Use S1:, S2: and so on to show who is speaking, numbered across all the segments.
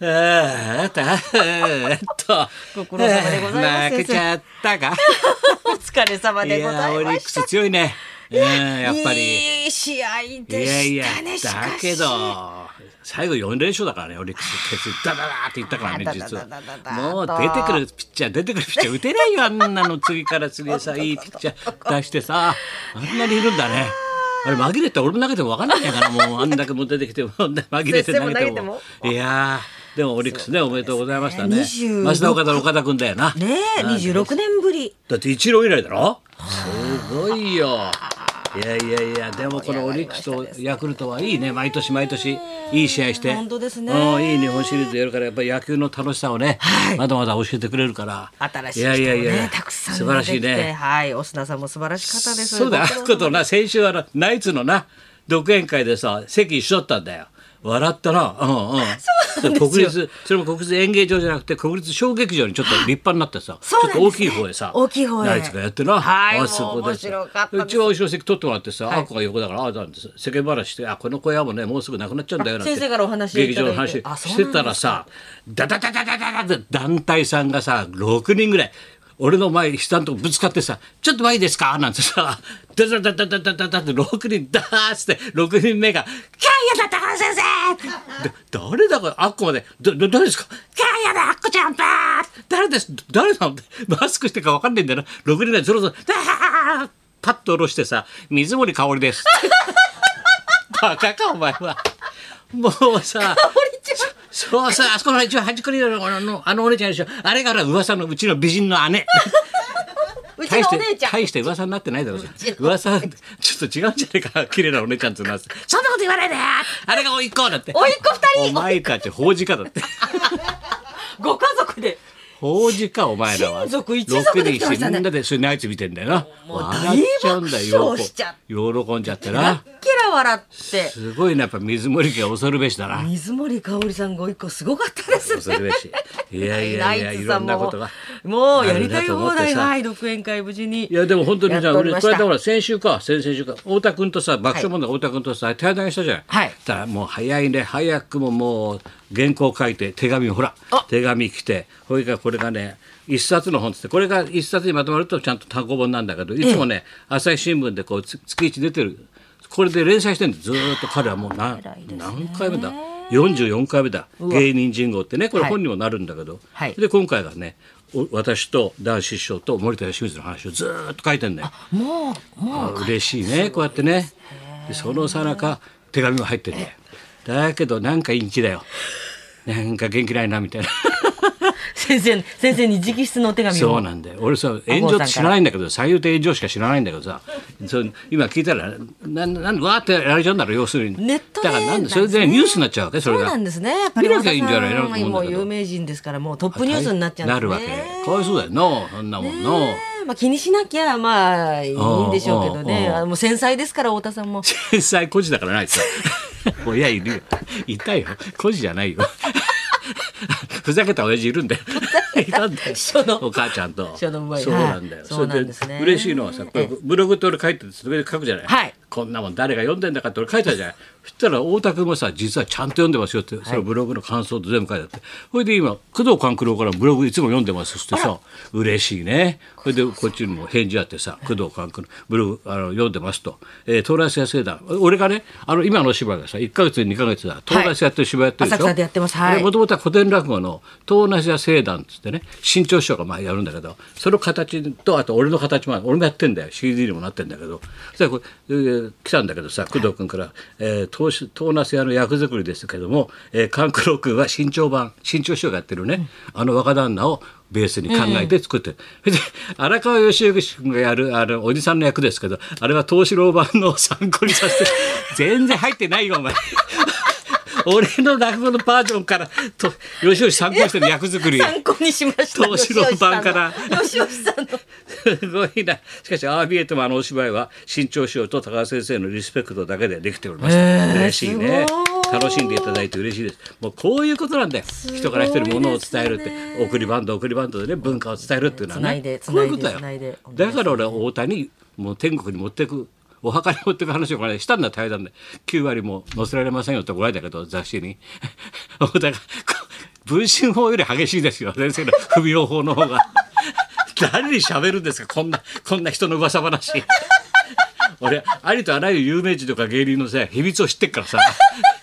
S1: ああ、た、えーっと。
S2: ご苦労様でござ
S1: えー
S2: います
S1: 泣けちゃった か。
S2: お疲れ様
S1: い
S2: でご
S1: や、
S2: ざ
S1: オリ
S2: い
S1: ッ
S2: ま
S1: ク
S2: し
S1: ス
S2: た。
S1: 強いね。うん、やっぱり。
S2: いい試合
S1: い
S2: で
S1: やいや
S2: したね。、しかし
S1: だけど。最後4連勝だからね、オリックス、ケツ、ダダダーっていったからね、
S2: あー
S1: 実は
S2: ダダダダ。ダ
S1: もう出てくるピッチャー、出てくるピッチャー、打てないよ、あんなの次から次へさ、いいピッチャー出してさ、あんなにいるんだね。あれ紛れて俺も投げても分かんないんだからもうあんだけも出てきても紛れて投げ
S2: 先生も投げ
S1: て
S2: て
S1: も
S2: も
S1: いやーでもオリックスねおめでとうございましたね
S2: 26
S1: 増田岡田の岡田君だよな
S2: ねえ、二十六年ぶり。
S1: だって一郎以来だろすごいよいやいやいやでもこのオリックスとヤクルトはいいね毎年毎年いい試合して
S2: 本当ですね
S1: うんいい日本シリーズやるからやっぱり野球の楽しさをね、
S2: はい
S1: まだまだ教えてくれるから
S2: 新しい
S1: や
S2: 人
S1: いや
S2: も
S1: いや
S2: ね、たくさん
S1: 素晴らしい
S2: 出てきて
S1: ね
S2: はい、お砂さんも素晴らしかったです。
S1: そうだあ
S2: ご
S1: っ
S2: 苦労様
S1: ことな先週あのナイツのな独演会でさ席一緒だったんだよ笑ったなうんうんそ う国立それも国立演芸場じゃなくて国立小劇場にちょっと立派になってさ、ち
S2: そう
S1: ょ
S2: な
S1: っ
S2: ん
S1: と
S2: で
S1: 大
S2: す
S1: きい
S2: ね
S1: 方へさ
S2: 大きい方へ
S1: ナイツがやってな
S2: はい
S1: すご
S2: もう面白かったです
S1: うちは後ろ席取ってもらってさ、あこが横だからあなんです世間話してあこの小屋もねもうすぐなくなっちゃうんだよなんて
S2: 先生からお話
S1: 劇
S2: い
S1: 場
S2: ただ
S1: の
S2: い
S1: 話
S2: て
S1: し
S2: あそうなんですか
S1: てたらさダダダダダダダって団体さんがさ6人ぐらい俺の前下のとこぶつかってさ「ちょっと前いいですか?」なんてさ「ダダダダダダダダ」って6人ダーッつって6人目が「キャイアだ高橋先生!」だ誰だかあっこまで「だだ誰ですか?」「キャイアだあっこちゃんばー誰です誰なの?」マスクしてるか分かんないんだよな6人でゾロゾロ「ダー!」パッと下ろしてさ「水森かおりです」バカかお前は。もうさ、そうさ、あそこの一応端っこにいるのあのあのお姉ちゃんでしょ。あれから噂のうちの美人の姉。
S2: うち
S1: 大
S2: の
S1: し
S2: お姉
S1: て
S2: ちゃん。
S1: 大して噂になってないだろうじゃん。噂ちょっと違うんじゃないか。綺麗なお姉ちゃんってなって。そんなこと言わないで。あれが甥いっ子だって。
S2: 甥っ子二
S1: お
S2: 人。
S1: 前たち法事かだって。
S2: ご家族で。
S1: 法事かお前らは。
S2: 親族一族で来てました
S1: 六人してみ
S2: ね
S1: んなでそれナイツ見てんだよな。
S2: もう
S1: 笑っちゃうんだ
S2: 大爆
S1: よ
S2: 笑しちゃっ。
S1: 喜んじゃって
S2: キラ
S1: な。
S2: ッキラ笑って。
S1: すごいなやっぱ水森家恐るべしだな。
S2: 水森かおりさんご一個すごかったですね。
S1: 恐るべし。いやいやいや、
S2: ナイ
S1: い
S2: ツ
S1: ろ
S2: さ
S1: ん
S2: ん
S1: な
S2: も
S1: ことが。
S2: もうやりたい放題
S1: あ
S2: は
S1: る
S2: い独演会無事に
S1: いやでも本当にじゃあ
S2: やっており
S1: 俺
S2: ま
S1: こ
S2: し
S1: れ
S2: た
S1: だから先週か先々週か太田君とさ爆笑問題太田君とさ対談したじゃん。
S2: はい
S1: だからもう早いね早くももう原稿書いて手紙ほら
S2: あ
S1: 手紙来てこれがこれがね一冊の本つってこれが一冊にまとまるとちゃんと単行本なんだけどいつもね朝日新聞でこうつ月一出てるこれで連載してるんでずーっと彼はもう何何回目だ44回目だ芸人人号ってねこれ
S2: はい
S1: 本にもなるんだけど、
S2: はい
S1: で今回がねお私と男子師匠と森田義満の話をずーっと書いてんだよ。
S2: もうもう
S1: あ嬉しいねこうやってねでそのさなか手紙も入っててだけどなんかインチだよなんか元気ないなみたいな
S2: 先生先生に直筆のお手紙
S1: そう
S2: を
S1: なんだよ俺さ炎上って知らないんだけど最優点炎上しか知らないんだけどさそう今聞いたらななんわーってやられちゃうんだろ要するに
S2: ネットで
S1: だからなんでそ
S2: な
S1: れ
S2: んです
S1: で
S2: ね
S1: ニュースになっちゃうわけそ
S2: そ
S1: れ
S2: う
S1: が
S2: なんですねやっぱり
S1: 見なきゃいいんじゃない
S2: 和田さん
S1: なと思うんだ
S2: もう
S1: けど
S2: 有名人ですからもうトップニュースになっちゃうん
S1: な
S2: です
S1: る
S2: ね
S1: わけかわいそうだよなそんなもんな、
S2: ねえまあ気にしなきゃまあいいんでしょうけど
S1: うんうん
S2: ね
S1: うん
S2: あのもう繊細ですから太田さん も
S1: 天才孤児だからない さ親いるよいたよ孤児じゃないよ ふざけた親父いるんだよいたんだよ
S2: 書の
S1: お母ちゃんと
S2: 書の上手い
S1: そうなんだよ、
S2: はい
S1: そ
S2: そうな
S1: れ
S2: ん
S1: で
S2: ですね
S1: 嬉しいのはさこれブログって俺書いててそれで書くじゃない、
S2: はい
S1: こんなもん誰が読んでんだかって俺書いたじゃないそしたら太田君もさ実はちゃんと読んでますよって、そのブログの感想と全部書いてあってそれで今工藤官九郎からブログいつも読んでますってさ嬉しいねそれでこっちにも返事あってさ工藤官九郎ブログあの読んでますと「えー、東大生生団」俺がねあの今の芝居がさ1か月2か月だ東大生やってる芝居やってるでしょ、
S2: 浅草でやってますはい
S1: 俺もともとは古典落語の「東南アジア聖団」っつってね新潮師匠がまあやるんだけどその形とあと俺の形もある俺もやってんだよ CD にもなってんだけどそしたらこれ、えー来たんだけどさ工藤君から「えー東し東南アジアの役作りですけども、えー、勘九郎君は新潮版新潮師匠がやってるね、あの若旦那をベースに考えて作ってる、で荒川義之君がやるあのおじさんの役ですけどあれは東四郎版の参考にさ せて全然入ってないよお前。 俺の落語のバージョンからと吉吉参考にしてる役作り
S2: 参考にしました
S1: 東四郎版から
S2: 吉吉さん の吉吉さんの
S1: すごいなしかしアービエットもあのお芝居は新潮師匠と高橋先生のリスペクトだけでできております嬉しいね
S2: すごい
S1: 楽しんでいただいて嬉しいですもうこういうことなんだよ人から一人ものを伝えるって送りバンド送りバンドでね文化を伝えるっていうのは
S2: 繋
S1: ね
S2: いで
S1: こういうことだよ
S2: 繋いで繋いで
S1: だから俺は大谷もう天国に持ってくお墓に持ってく話をこれしたんだ対談で9割も載せられませんよって怒られたけど雑誌に大谷がこ文春法より激しいですよ先生の不病法の方 が誰に喋るんですかこんなこんな人の噂話俺ありとあらゆる有名人とか芸人のさ秘密を知ってっからさ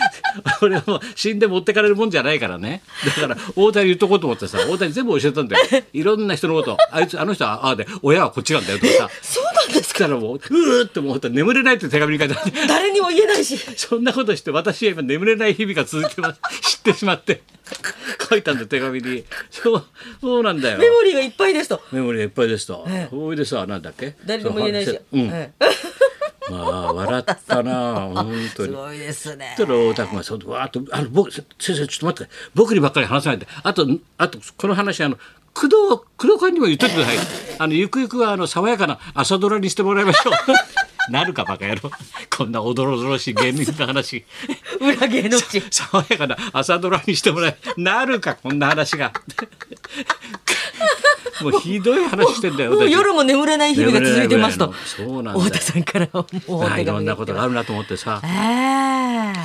S1: 俺はもう死んで持ってかれるもんじゃないからねだから大谷言っとこうと思ってさ大谷全部教えたんだよいろんな人のことあいつあの人はああで親はこっちなんだよとかさ
S2: そうなんです
S1: したらもううーって思った眠れないって手紙に書いてある
S2: 誰にも言えないし
S1: そんなことして私は今眠れない日々が続いてます知ってしまって書いたんだ手紙にそうそうなんだよ
S2: メモリーがいっぱいですと
S1: メモリーがいっぱいですと、
S2: ええ
S1: それでさなんだっけ
S2: 誰にも言えないし、
S1: うん、
S2: え
S1: まあ笑ったな本
S2: え
S1: 当
S2: す
S1: に。
S2: ごいですね
S1: そしたら太田君がそうわーっとあの僕先生ちょっと待って僕にばっかり話さないであとあとこの話あの工藤工藤君にも言っといてくだ さいあのゆくゆくはあの爽やかな朝ドラにしてもらいましょう なるかバカ野郎こんなおどろおどろしい芸人の 話
S2: 裏芸能人
S1: 爽やかな朝ドラにしてもらえなるかこんな話 がもうひどい話してんだよ
S2: もう
S1: 私
S2: 夜も眠れない日々が続いてますと
S1: 眠れないぐらいのそうなんだよ
S2: 太田さんからもうお手
S1: なあ
S2: 紙
S1: いろんなことがあるなと思ってさ
S2: え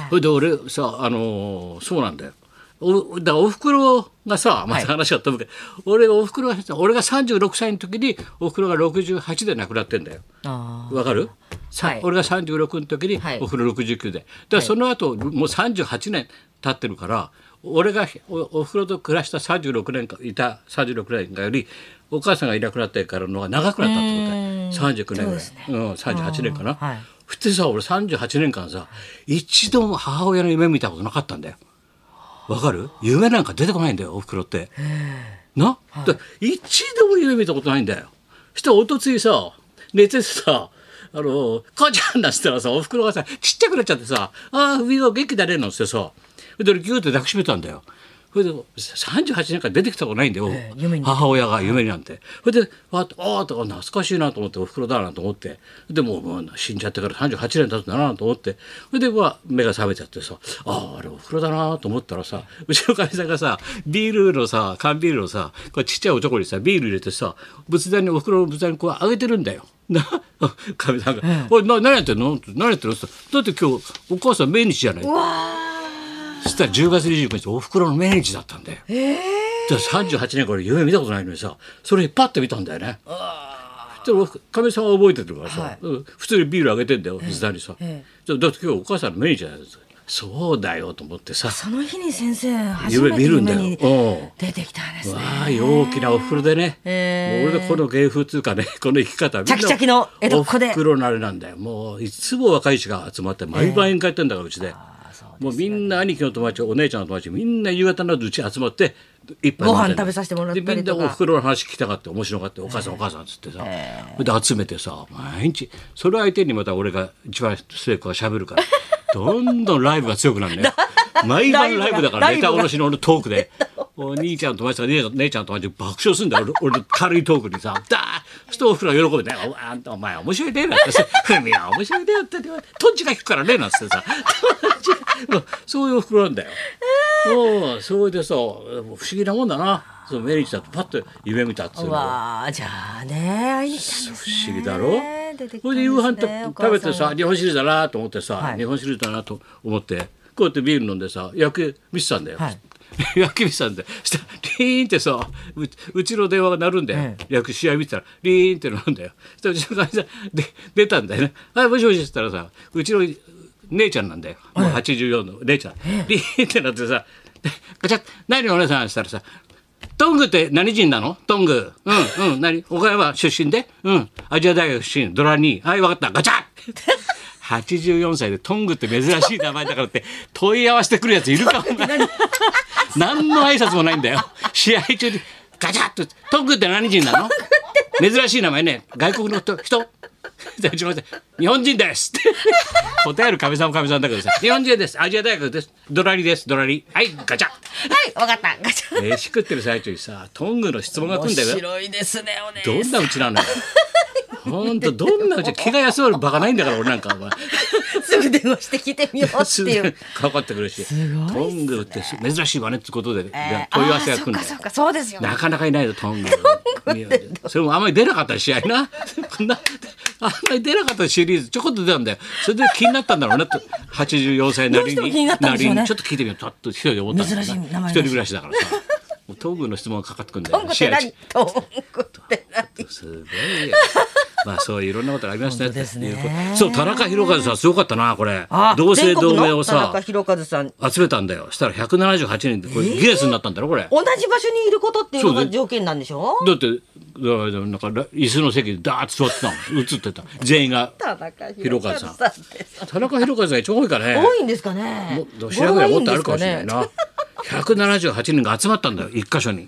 S1: それで俺さあのーそうなんだよおだからおふくろがさまた話が飛ぶけど、俺おふくろが俺が36歳の時におふくろが68で亡くなってんだよ
S2: えあ
S1: わかる、さ
S2: はい
S1: 俺が36の時に
S2: はい
S1: おふくろ69でだからその後、もう38年経ってるから俺がおおふくろと暮らした36年間いた36年間よりお母さんがいなくなってからのが長くなったってことだよ39年ぐらい
S2: そうですね
S1: うん、38年かな、
S2: はい
S1: そしてさ俺38年間さ一度も母親の夢見たことなかったんだよわかる夢なんか出てこないんだよおふくろってな、だから一度も夢見たことないんだよそしたらおとついさ寝ててさ「あの母ちゃん」なんつったらさおふくろがさちっちゃくなっちゃってさ「ああ海は元気だね」なんつってさそれで俺ギューって抱きしめたんだよそれで38年間出てきたことないんだよ、
S2: ええ夢に
S1: 母親が夢になんてそれでわーっとああと懐かしいなと思っておふくろだなと思ってでもうもう死んじゃってから38年経つんだなと思ってそれでまあ目が覚めちゃってさあああれおふくろだなと思ったらさうちのかみさんがさビールのさ缶ビールのさこれちっちゃいおちょこにさビール入れてさ仏壇におふくろの仏壇にこうあげてるんだよ。 なかみさんが「おいな何やってんの?」何やってんの?」って言ったらだって今日お母さん命日じゃない」
S2: ーうわ
S1: そしたら10月29日おふくろの命日だったんだよ。
S2: ーえ
S1: で38年から夢見たことないのにさそれパッて見たんだよね。でもかみさんは覚えてるからさ、
S2: はい
S1: うん普通にビールあげてんだよ水谷さん、
S2: え
S1: じゃだって今日お母さんのメニューじゃないですかそうだよと思ってさ
S2: ーその日に先生初め
S1: 夢
S2: て
S1: 見るんだ
S2: 夢
S1: よ
S2: に
S1: うん
S2: 出てきたんですね
S1: わあ大きなおふくろでね、
S2: へえ
S1: もう俺のこの芸風っていうかね この生き方みんな
S2: チャキチャキの江戸っ子で
S1: おふくろのあれなんだよもういつも若い人が集まって毎晩宴会やってんだからうちで。もうみんな兄貴の友達お姉ちゃんの友達みんな夕方になるとうちに集まって一杯飲んでんの
S2: ご飯食べさせてもらったりとか
S1: でみんなおふくろの話聞きたがって面白がってお母さんお母さんっつってさ、で集めてさ毎日それ相手にまた俺が一番末子が喋る からどんどんライブが強くなるね毎晩ライブだから
S2: ライ
S1: ネ
S2: ブが
S1: タ下ろしの俺のトーク でお兄ちゃんの友達とか姉ちゃん姉ちゃんの友達と爆笑するんだよ俺俺の軽いトークにさ「だーそしておふくろが喜ぶね「おあんたお前面白いね」なんてさ 「ふみは面白いね」って言われてトンチが引くからね」なんつってさもうそういうおふくろなんだよ。うん、それでさ不思議なもんだなその命日だとパッと夢見たっていう
S2: う
S1: のが
S2: わあじゃあね会いに来たんですね
S1: 不思議だろ
S2: 出てきたんですね
S1: それで夕飯と
S2: お母
S1: 食べて
S2: さん
S1: さ日本シリーズだなと思ってさ、
S2: はい
S1: 日本シリーズだなと思ってこうやってビール飲んでさ野球見てたんだよ、
S2: はい
S1: 野球見てたんだよそしたらリーンってさううちの電話が鳴るんだよ、
S2: え
S1: 野球試合見てたらリーンって鳴るんだよそしたらうちの会社で出たんだよね「はいもしもし」って言ったらさうちの姉ちゃんなんだよもう84の姉ちゃん、リーンってなってさでガチャッ「何お姉さん」って言ったらさトングって何人なのトング。うん、うん、何岡山出身でうん。アジア大学出身、ドラニー。はい、わかった。ガ チャッ84歳でトングって珍しい名前だからって問い合わせてくるやついるかお前何の挨拶もないんだよ試合中にガチャッとトングって何人なの珍しい名前ね外国の人人でうちの人日本人ですって答えるかみさんもかみさんだけどさ日本人ですアジア大学ですドラリですドラリはいガチャッ
S2: はいわかったガチャ
S1: 飯食ってる最中にさトングの質問が来
S2: 面
S1: んだよ
S2: 白いですねお姉
S1: どんな
S2: さん
S1: うちなのよほんとどんなうち気が休まるバカないんだから俺なんかお前
S2: すぐ電話して聞いてみようっ て
S1: す
S2: い
S1: ぐ
S2: う。
S1: かかってくるしトングって珍しいわねってことで、
S2: えー
S1: 問い合わせが来るんだ
S2: あー
S1: よ
S2: そっかそっかそうですよ ね。
S1: なかなかいないよトングそれもあんまり出なかった試合なこんなああんまり出なかったシリーズちょこっと出たんだよそれで気になったんだろ うなと84歳なり
S2: どうしても気になったんでしょうね
S1: りにちょっと聞いてみようちょっと一人で思ったんだよな
S2: 珍しい名前だし
S1: 一人暮らしだからさもう東宮の質問がかかってくるんだ
S2: トン
S1: よ
S2: グって
S1: シェ
S2: 何
S1: ア
S2: トングって何
S1: すごいよまあそういういろんなことがありましたね
S2: 本当ですね
S1: っていうことそう田中宏和さんすごかったなこれ
S2: あ
S1: 同姓同名を
S2: 全国
S1: さ
S2: の田中宏和さん
S1: 集めたんだよしたら178人でこれギネスになったんだろこれ
S2: 同じ場所にいることっていうの
S1: そう
S2: が
S1: で
S2: 条件なんでしょ
S1: だってだからなんから椅子の席でダーッと座ってたの映ってた全員が
S2: 田中
S1: 広
S2: 広
S1: 川
S2: 和
S1: さ
S2: さ
S1: ん
S2: ん
S1: 田中宏和が一番多いからね
S2: 多いんですかね
S1: もう調べればもっとあるかもしれない
S2: 語呂がんです
S1: な。178人が集まったんだよ、一箇所に。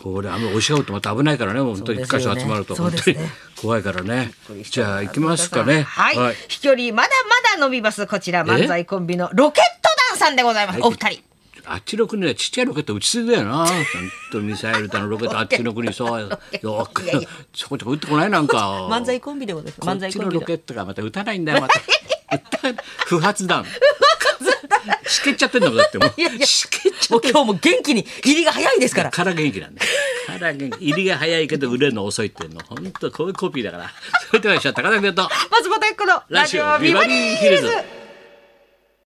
S1: これあんま押し合うとまた危ないからね、もう本当に一箇所集まると、
S2: そう
S1: 本
S2: です
S1: 当
S2: よ
S1: に
S2: ね
S1: 怖いからね
S2: かね。
S1: じゃあ行きますかね。
S2: はい、飛距離まだまだ伸びますこちら漫才コンビのロケット団さんでございますお二人
S1: あっちの国はちっちゃいロケット打ちすぎだよな。本当ミサイルだのロケットあっちの国そうよく
S2: いやいや
S1: ちょこちょこ打ってこないなんか。
S2: 漫才コンビでござい ます
S1: こっ
S2: 漫才
S1: ち
S2: コン
S1: の
S2: ビ
S1: ロ
S2: の
S1: ケットがまた打たないんだよま た打た不発弾しけっちゃってんだもんだっても
S2: いやいうや
S1: しけっちゃって
S2: もう今日も元気に入りが早いですから
S1: から元気なんだよ。から元気。入りが早いけど売れるの遅いっていうの。本当こういうコピーだから。それでは一緒高田君と
S2: 松本彦のラジオビバリーヒルズ
S1: ラジオビバリーヒルズ